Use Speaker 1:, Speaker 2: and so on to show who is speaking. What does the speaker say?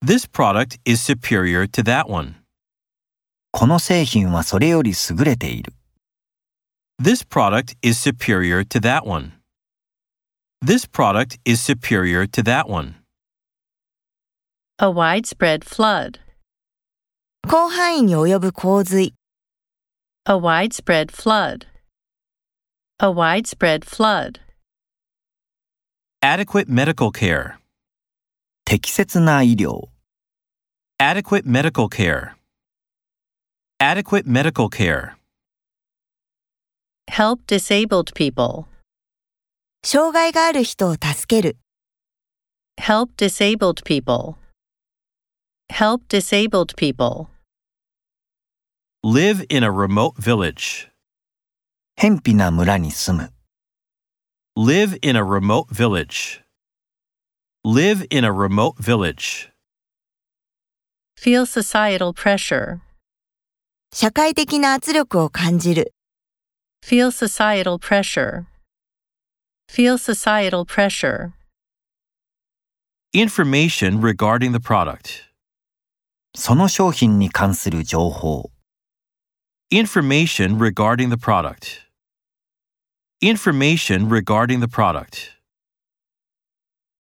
Speaker 1: This product is superior to that one.
Speaker 2: この製品はそれより優れている。
Speaker 1: This product is superior to that one. This product is superior to that one.
Speaker 3: A widespread flood.
Speaker 4: 広範囲に及ぶ洪水、
Speaker 3: A widespread flood. A widespread flood.
Speaker 1: Adequate medical care.
Speaker 2: 適切な医療。
Speaker 1: Adequate medical care. Adequate medical care.
Speaker 3: Help disabled people.
Speaker 4: 障害がある人を助ける、
Speaker 3: Help disabled people. Help disabled people.
Speaker 1: Live in a remote village.
Speaker 2: 偏僻な村に住む。
Speaker 1: Live in a remote village. Live in a remote village.
Speaker 3: Feel societal pressure.
Speaker 4: 社会的な圧力を感じる、
Speaker 3: Feel societal pressure. Feel societal pressure.
Speaker 1: Information regarding the product.
Speaker 2: その商品に関する情報。
Speaker 1: Information regarding the product. Information regarding the product.